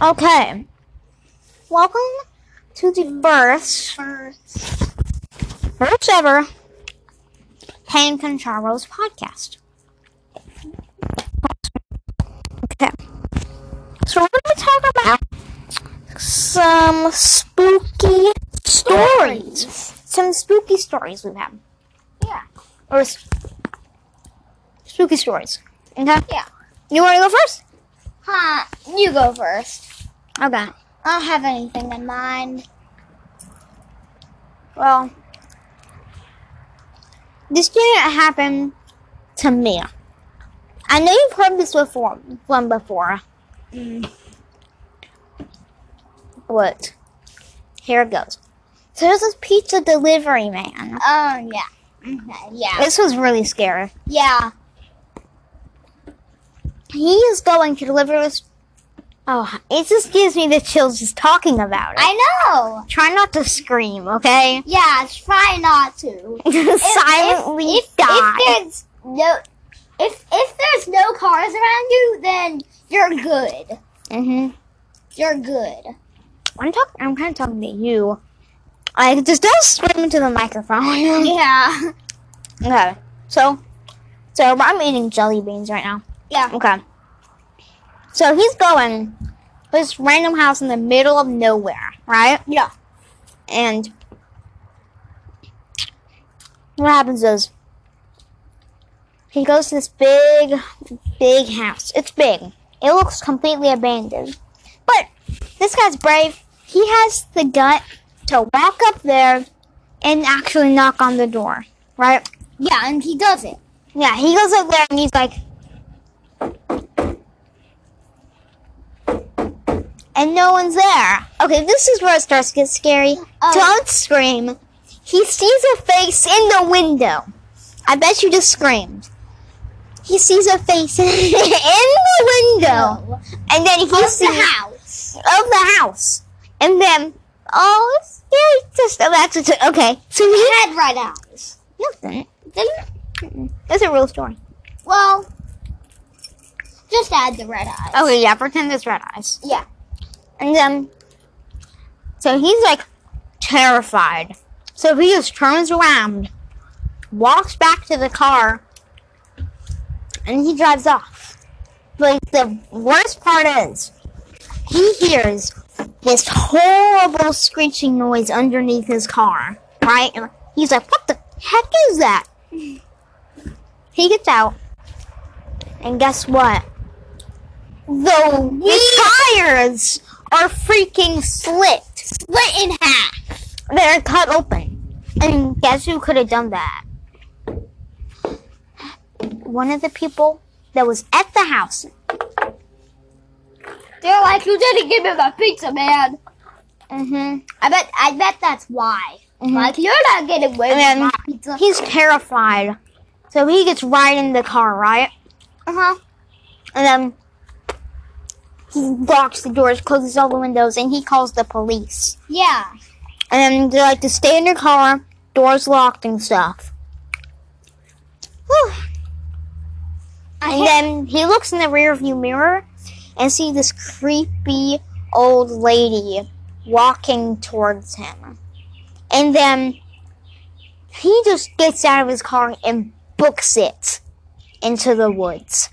Okay. Welcome to the first, First. first ever Pain Controllers podcast. Okay. So we're going to talk about some spooky stories. Some spooky stories we've had. Yeah. Or s- spooky stories. Okay? Yeah. You want to go first? Huh. You go first. Okay. I don't have anything in mind. Well, this didn't happen to me. I know you've heard this before, one before, but here it goes. So there's this pizza delivery man. Oh yeah. Okay, yeah. This was really scary. Yeah. He is going to deliver this. Oh, it just gives me the chills just talking about it. I know. try not to scream, okay? Yeah. Try not to. Silently if, if, die. If there's no, if if there's no cars around you, then you're good. mm-hmm. You're good. I'm talking. I'm kind of talking to you. Like, just don't scream into the microphone. Yeah. okay. So, so I'm eating jelly beans right now. Yeah. Okay. So he's going to this random house in the middle of nowhere, right? Yeah. And what happens is he goes to this big, big house. It's big. It looks completely abandoned. But this guy's brave. He has the gut to walk up there and actually knock on the door, right? Yeah, and he does it. Yeah, he goes up there and he's like. And no one's there. Okay, this is where it starts to get scary. Oh. Don't scream. He sees a face in the window. I bet you just screamed. He sees a face in the window. No. And then he Of sees the house. of the house. And then, oh, it's scary. Just, oh, that's what, okay. So he Had red eyes. nothing. Didn't. That's a real story. Well. Just add the red eyes. Okay, Oh, yeah, pretend it's red eyes. Yeah. And then, so he's like terrified. So he just turns around, walks back to the car, and he drives off. But the worst part is, he hears this horrible screeching noise underneath his car, right? And he's like, what the heck is that? He gets out, and guess what? The, the tires are freaking slit. Split in half. They're cut open. And guess who could have done that? One of the people that was at the house. They're like, you didn't give me my pizza, man. Mm-hmm. I bet, I bet that's why. Like, you're not getting away with And my then pizza. he's terrified. So he gets right in the car, right? Uh huh. And then he locks the doors, closes all the windows, and he calls the police. Yeah. And they're like to stay in your car, doors locked and stuff. Whew. And I hate- then he looks in the rearview mirror and sees this creepy old lady walking towards him. And then he just gets out of his car and books it into the woods,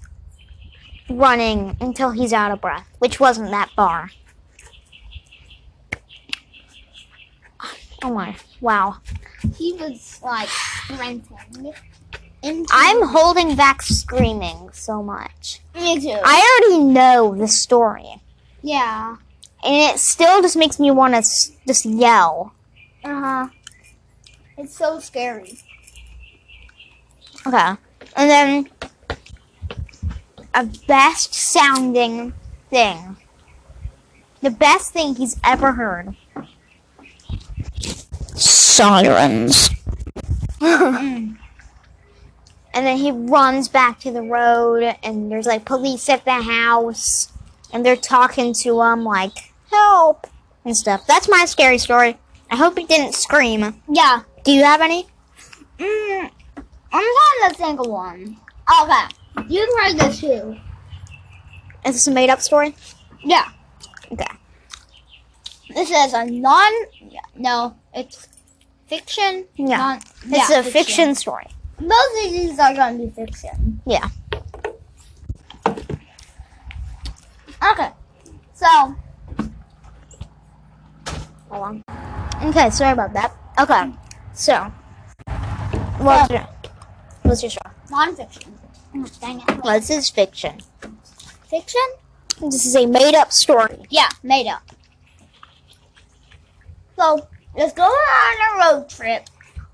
running until he's out of breath, which wasn't that far. Oh my, wow. he was like sprinting. Into- I'm holding back screaming so much. Me too. I already know the story. yeah. and it still just makes me want to s- just yell. Uh huh. It's so scary. Okay. And then a best sounding thing. The best thing he's ever heard. Sirens. and then he runs back to the road and there's like police at the house and they're talking to him like help and stuff. That's my scary story. I hope he didn't scream. Yeah. Do you have any? Mm, I'm trying to think of one. Okay. You've heard this too. Is this a made up story? Yeah. Okay. This is a non. No, it's fiction. Yeah. non- It's yeah, a fiction story. Both of these are gonna be fiction. Yeah. Okay. So Hold on. Okay, sorry about that. Okay. So Well- what's your what's your story? non-fiction. Oh, dang it. Well, this is fiction. Fiction? This is a made up story. Yeah, made up. So let's go on a road trip.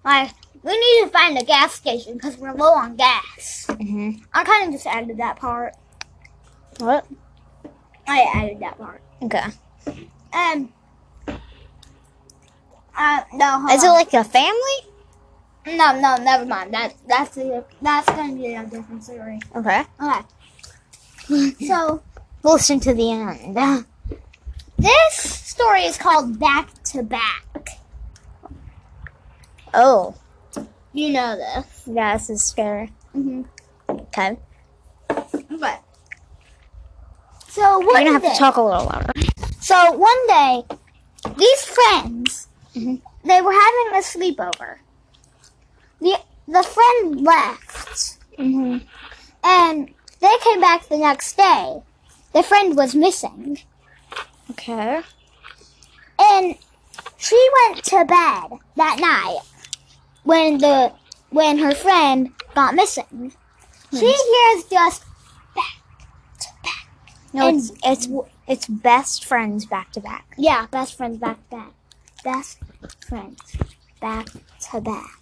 Like we need to find a gas station because we're low on gas. Mm-hmm. I kind of just added that part. What? I added that part. Okay. Um. Uh, no. hold Is it on. like a family? No, no, never mind. That that's the that's gonna be a different story. Okay. Okay. so Listen to the end. this story is called Back to Back. Oh, You know this. yeah, this is scary. Mm-hmm. Okay. But so You're one gonna have day, to talk a little louder. so one day, these friends, Mhm. they were having a sleepover. the The friend left, Mm-hmm. and they came back the next day. The friend was missing. Okay. and she went to bed that night when the when her friend got missing. Hmm. She hears just No, And- it's it's it's best friends back to back. yeah, best friends back to back, best friends back to back.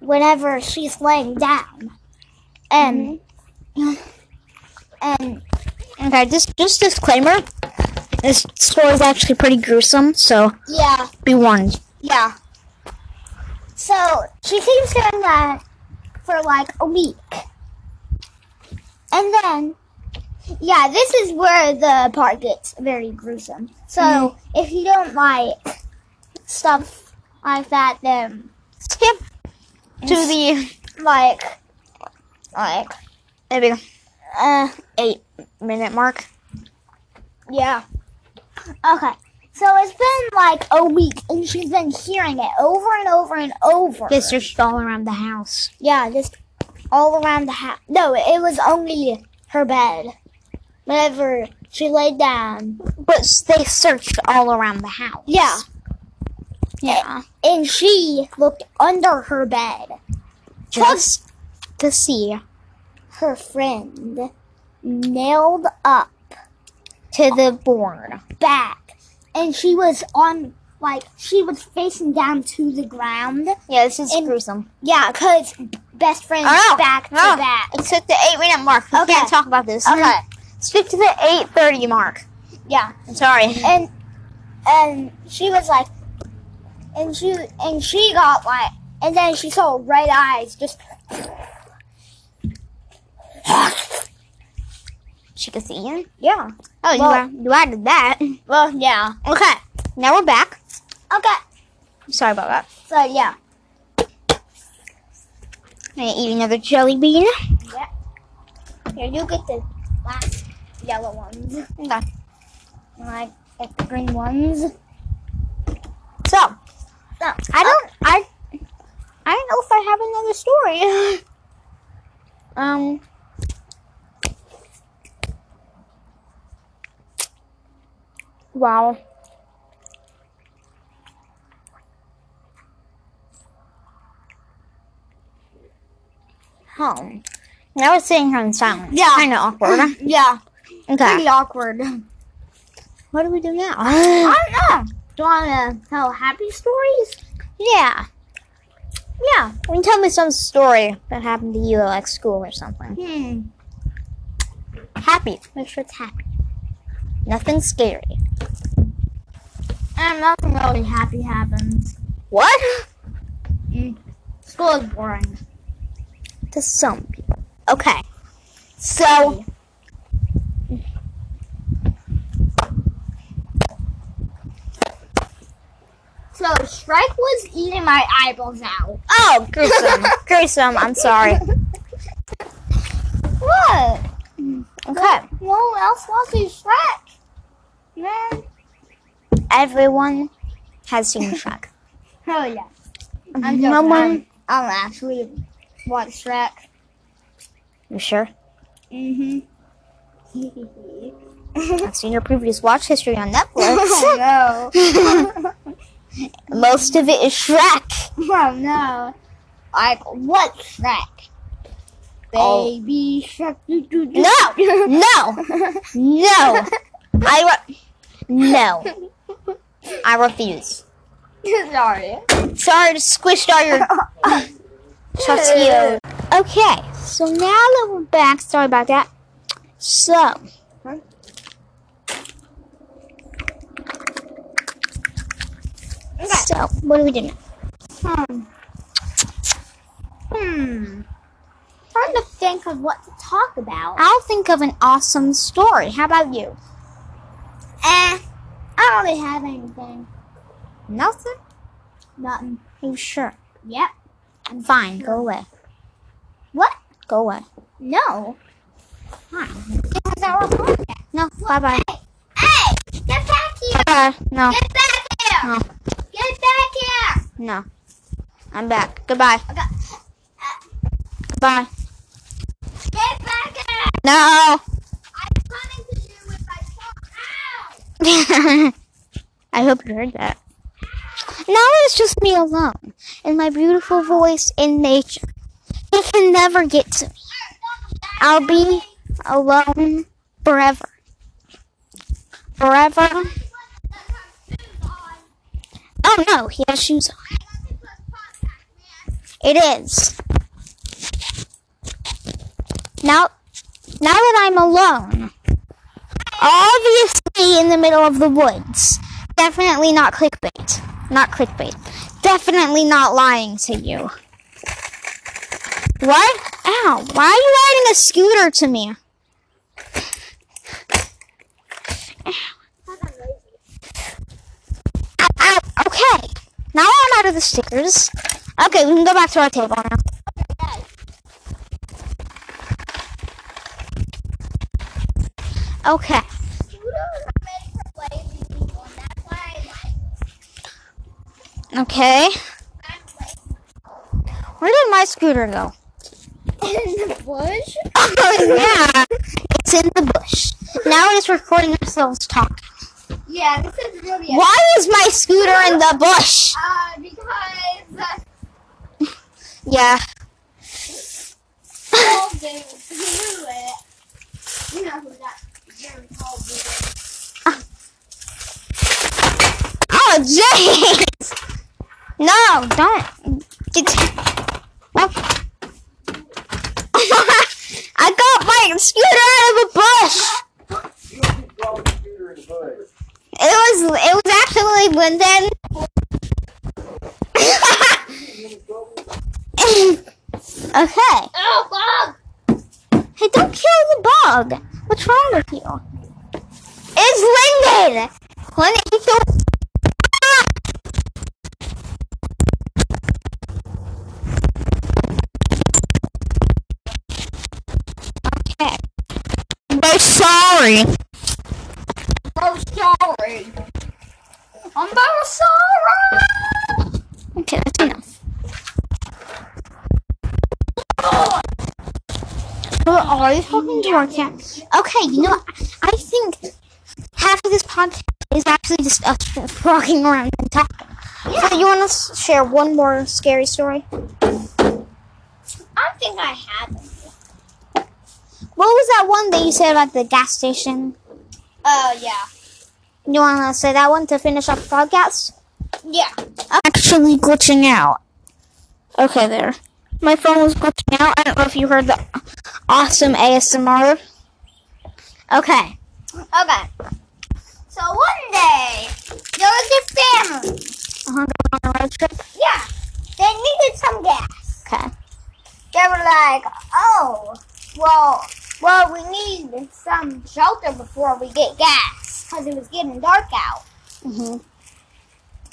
Whenever she's laying down, and Mm-hmm. and Okay, just just disclaimer. This story is actually pretty gruesome, so yeah, be warned. yeah. So she keeps doing that for like a week. And then, yeah, this is where the part gets very gruesome. So Mhm. if you don't like stuff like that, then Skip to the like, like, maybe uh, eight minute mark. yeah. Okay. So it's been like a week, and she's been hearing it over and over and over. Yes, you're all around the house. Yeah, just all around the house. No, it was only her bed. Whenever she laid down, But s- they searched all around the house. Yeah. Yeah. and she looked under her bed. Just to see Her friend nailed up to the board. back, and she was on like she was facing down to the ground. Yeah, this is And- gruesome. Yeah, cause best friends Oh, back to oh. back. It's at the eight minute mark. We Okay. can't talk about this. Okay, Skip to the eight thirty mark. yeah. I'm sorry. and and she was like and she and she got like and then she saw red eyes just She could see you. yeah Oh, Well- you, add- you added that. well yeah Okay, now we're back. okay Sorry about that. so yeah I'm gonna eat another jelly bean. here you get the last yellow ones and Okay. i get the green ones So, no I don't, I, I don't know if I have another story. um, wow. Oh, now it's sitting here in silence. Yeah. kind of awkward. yeah Okay, pretty awkward i what do we do now? don't know Oh, do you want to tell happy stories yeah, yeah I mean, tell me some story that happened to you at like school or something. hmm Happy. Make sure it's happy. Nothing scary. and nothing really happy happens What? school is boring To some people. Okay. So. So Shrike was eating my eyeballs out. Oh, gruesome. gruesome. I'm sorry. What? Okay. No one else wants to eat Shrek. No everyone has seen Shrek. Oh yeah. I'm joking. no one. I don't actually watch Shrek. You sure? Mm-hmm. I've seen your previous watch history on Netflix. oh no. Most of it is Shrek. oh no. Like what Shrek? Oh. Baby Shrek. doo, doo, doo. No, no, no. I re- no. I refuse. Sorry. Sorry to squish all your shots you. Okay, so now that we're back, sorry about that. So, Okay. so what are we doing? Hmm. Hmm. Trying to think of what to talk about. I'll think of an awesome story. How about you? Eh, I don't really have anything. Nothing. Nothing. You sure? Yep. Fine. Go away. What? Go away. No. Fine. Because our podcast. No. Bye bye. Hey! Get back here! Bye. No. Get back here! No. Get back here! No. I'm back. Goodbye. Okay. Goodbye. uh, Get back here! No. I'm coming to you with my phone. Ow! I hope you heard that. Now it's just me alone and my beautiful voice in nature. It can never get to me. I'll be alone forever. Forever. Oh no, he has shoes on. It is. Now, now that I'm alone, obviously in the middle of the woods, definitely not clickbait. Not clickbait. Definitely not lying to you. What? Ow, why are you riding a scooter to me? Ow, ow, okay. Now I'm out of the stickers. Okay, we can go back to our table now. Okay. Okay. Where did my scooter go? In the bush? Oh yeah. It's in the bush. Now it is recording ourselves talking. Yeah, this is really a- Why is my scooter in the bush? Uh, because uh, Yeah. Paul didn't do it. You know who that Jerry Paul did. Oh jeez. No, don't. Get- Oh. I got my scooter out of a bush. You keep throwing the scooter in the hood. It was it was actually when then You in trouble? Okay. Oh, Bob! Hey, don't kill the bug. What's wrong with you? It's Linden. Linden, he threw- Ah! Okay. I'm so sorry. I'm sorry. I'm very sorry. Okay, that's enough. We're always talking to our cat. Okay, you know, what? I think half of this podcast is actually just us walking around and talking. So you want to share one more scary story? I think I have it. What was that one that you said about the gas station? Oh, yeah. You want to say that one to finish up the podcast? Yeah. Actually glitching out. Okay, there. My phone was glitching out. I don't know if you heard the awesome ASMR. Okay. Okay. So one day, there was a family. I'm going on a road trip. Yeah. They needed some gas. Okay. They were like, oh, well, well, we need some shelter before we get gas because it was getting dark out. hmm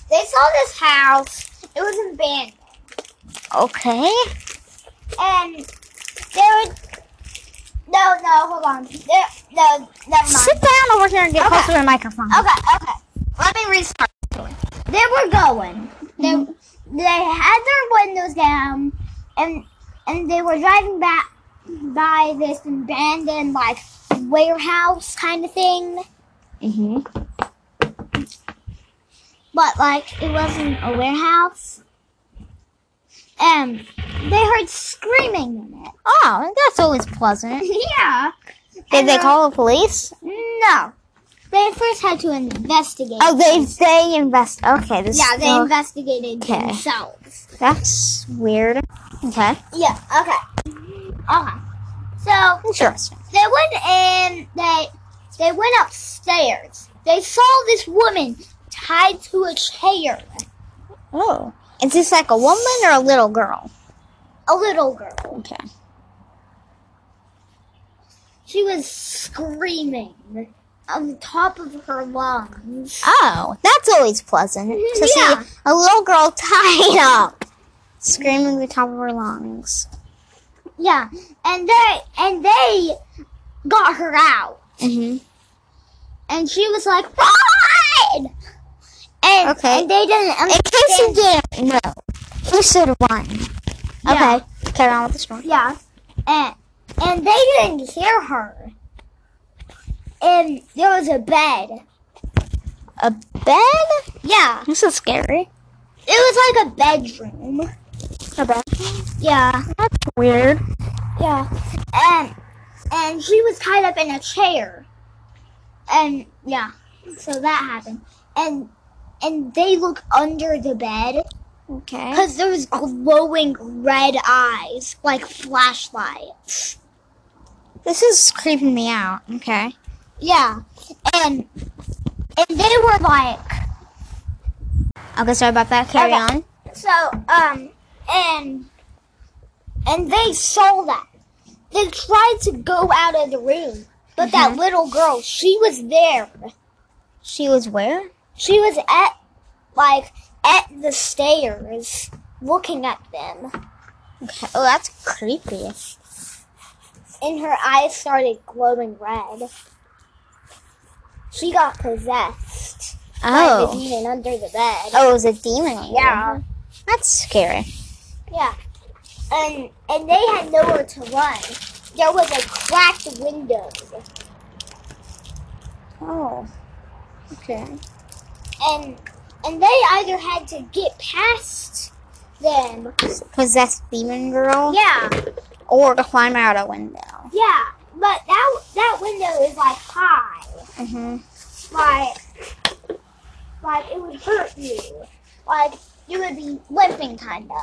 They saw this house. It was abandoned, Okay. and they were. No, no, hold on. There, no, never mind. Sit down over here and get Okay. closer to the microphone. Okay, okay. Oh, Let me restart. They were going. They they had their windows down, and and they were driving back by this abandoned like warehouse kind of thing. Mm-hmm. but like it wasn't a warehouse. And they heard screaming in Oh, that's always pleasant. it. yeah. Did And they the- call the police? No. They first had to investigate. Oh, they they invest. Okay, this yeah, they oh, investigated Okay. themselves. that's weird. Okay, Yeah. Okay. Okay. So interesting. they went in. They they went upstairs. They saw this woman tied to a chair. Oh, is this like a woman or a little girl? A little girl. Okay. She was screaming on the top of her lungs. Oh, that's always pleasant to Yeah. see a little girl tied up, screaming at the top of her lungs. Yeah, and they and they got her out, hmm and she was like, "Run!" And Okay. and they didn't In case you understand. didn't know, you should run. Yeah. Okay, carry on with the story. Yeah, and and they didn't hear her. And there was a bed. A bed? Yeah, This is scary. it was like a bedroom. A bed? Yeah, That's weird. yeah, and and she was tied up in a chair. And yeah, so that happened. And and they look under the bed. Okay. Because there was glowing red eyes, like flashlights. This is creeping me out. Okay. Yeah. And and they were like Okay, sorry about that. Carry Okay. on. so um and and they saw that. They tried to go out of the room, but that little girl, she was there. She was where? She was at like at the stairs looking at them. Okay. Oh, that's creepy. And her eyes started glowing red. She got possessed. by the Oh. demon under the bed. Oh, it was a demon. on you. Yeah. That's scary. Yeah. And and they had nowhere to run. There was a cracked window. Oh. Okay. And and they either had to get past them. Possessed demon girl. Yeah. Or to climb out a window. Yeah. But that that window is like high. Mm-hmm. Like like it would hurt you. Like you would be limping kinda.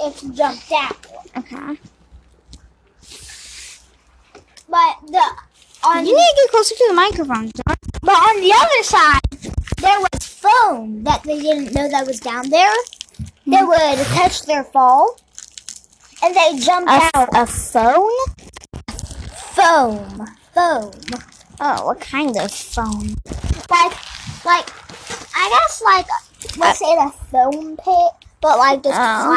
If you jumped out. Okay. But the on You need to get closer to the microphone. John. But on the other side, there was foam that they didn't know that was down there. Hmm. They would catch their fall, and they jumped A, out. a phone? Foam, foam, Oh, what kind of phone? like, like, I guess like let's say a foam pit, but like just Oh.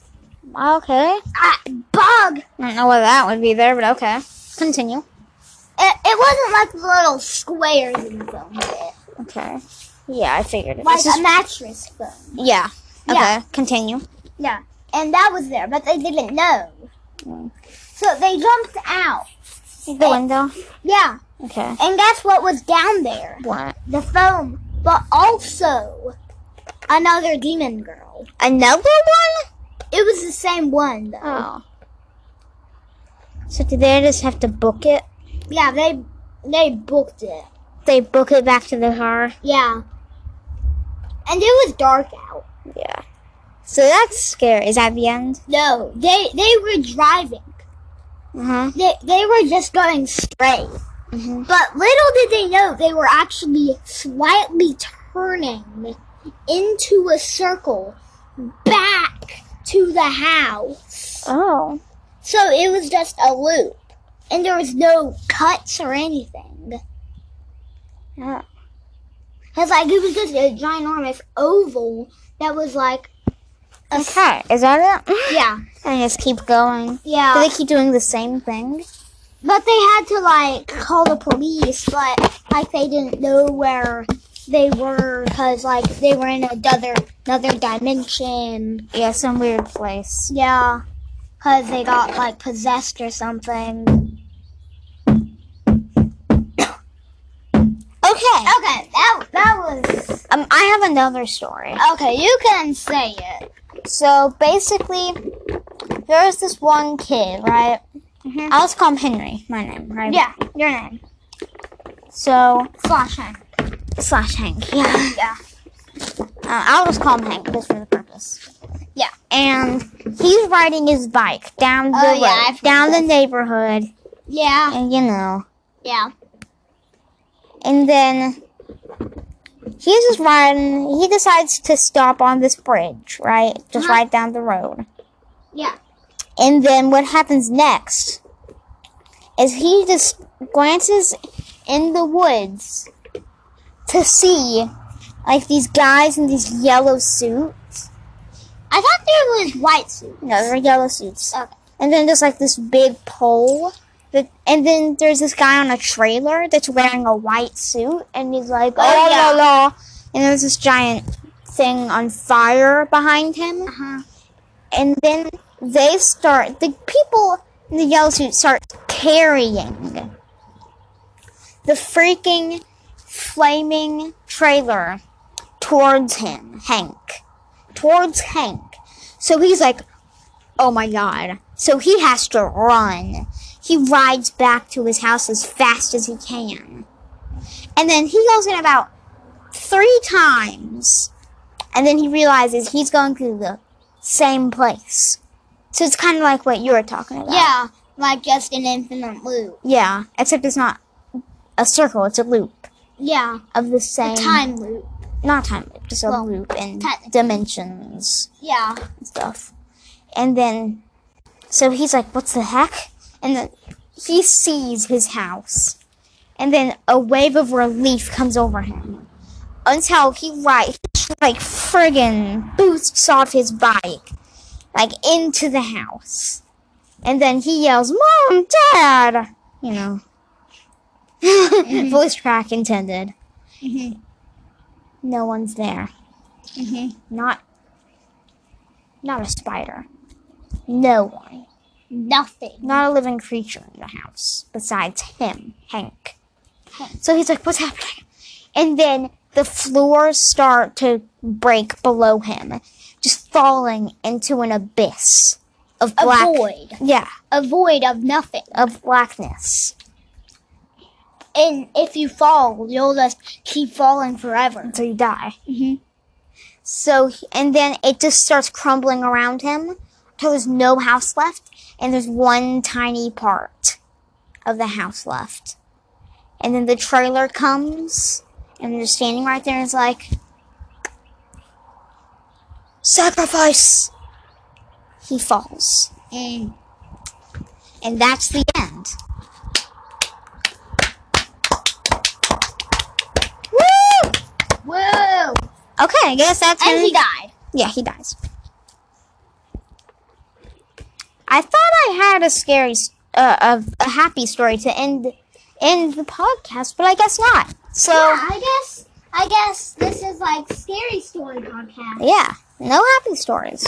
flat. Okay. Ah, bug. I don't know why that would be there, but okay. Continue. It, it wasn't like the little squares in the foam pit, Okay. Yeah, I figured it. like This is- a mattress foam. yeah. Okay. Yeah. Continue. Yeah, and that was there, but they didn't know. Mm. So they jumped out. The window. Yeah. Okay. And guess what was down there? What? The foam, but also another demon girl. Another one? It was the same one though. Oh. So did they just have to book it? Yeah, they they booked it. They book it back to the car? Yeah. And it was dark out. Yeah. So that's scary. Is that the end? No, they they were driving. Uh-huh. They they were just going straight. Mhm. But little did they know they were actually slightly turning into a circle back to the house. Oh. So it was just a loop, and there was no cuts or anything. Yeah. It's like it was just a ginormous oval that was like, a s- Okay. Is that it? yeah, And just keep going. yeah. Do they keep doing the same thing? but they had to like call the police, but like they didn't know where they were because like they were in another another dimension. Yeah, some weird place. Yeah, because they got like possessed or something. Okay. Okay, that that was Um, I have another story. okay. You can say it. So basically, there was this one kid, right? Mhm. I was called Henry, my name, right? Yeah, your name So slash name. slash Hank. Yeah. Yeah. Uh, I'll just call him Hank just for the purpose. Yeah. And he's riding his bike down the Oh, road, yeah, I've heard down the neighborhood, Yeah, and you know. yeah. And then he's just riding. He decides to stop on this bridge, right? Just Uh-huh. right down the road. Yeah. And then what happens next is he just glances in the woods to see like these guys in these yellow suits. I thought there was white suit. No, they're yellow suits. Okay. And then there's like this big pole. That, and then there's this guy on a trailer that's wearing a white suit and he's like, Oh, oh, la yeah. la. And there's this giant thing on fire behind him. huh. and then they start the people in the yellow suit start carrying the freaking flaming trailer towards him hank towards hank so he's like oh my god so he has to run he rides back to his house as fast as he can and then he goes in about three times and then he realizes he's going through the same place. So it's kind of like what you were talking about. Yeah, like just an infinite loop. Yeah, except it's not a circle, it's a loop Yeah, of the a same time loop. Not time loop, just a Well, loop and technically. dimensions Yeah. and stuff. And then so he's like, What's the heck? And then he sees his house. And then a wave of relief comes over him. Until he right like friggin' boosts off his bike. Like into the house. And then he yells, Mom, Dad you know. Voice crack intended. Mhm. No one's there. Mhm. Not not a spider. No one. Nothing. Not a living creature in the house besides him, Hank. So he's like, What's happening? And then the floors start to break below him, just falling into an abyss of A black. void. Yeah, A void of nothing. of blackness. And if you fall, you'll just keep falling forever. Until you die. Mhm. So, he- and then it just starts crumbling around him till there's no house left, and there's one tiny part of the house left. And then the trailer comes, and they're standing right there, and it's like, sacrifice! He falls. And And that's the end. Woo! whoa! Okay, I guess that's And Henry- he died. Yeah, he dies. I thought I had a scary, s- uh, a, a happy story to end end the podcast, but I guess not. So yeah. I guess I guess this is like scary story podcast. no happy stories.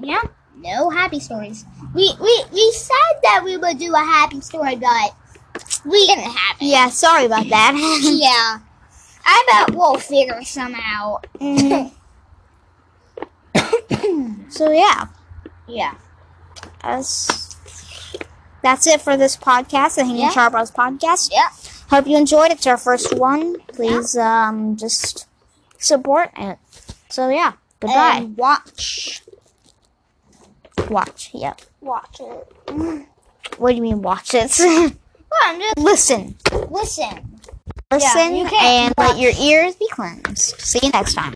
Yeah. No happy stories. We we we said that we would do a happy story, but we didn't have it. Yeah, sorry about that. Yeah. I bet we'll figure some out. Mm-hmm. Mhm. so yeah, Yeah. that's that's it for this podcast, the Hanging Yeah. Char Bros podcast. Yeah. Hope you enjoyed. It's our first one. Please, um, just support it. So yeah, goodbye. And watch. Watch. Yep. Watch it. What do you mean watch it? Well, I'm just listen. listen. Listen you can't and let watch. your ears be cleansed. See you next time.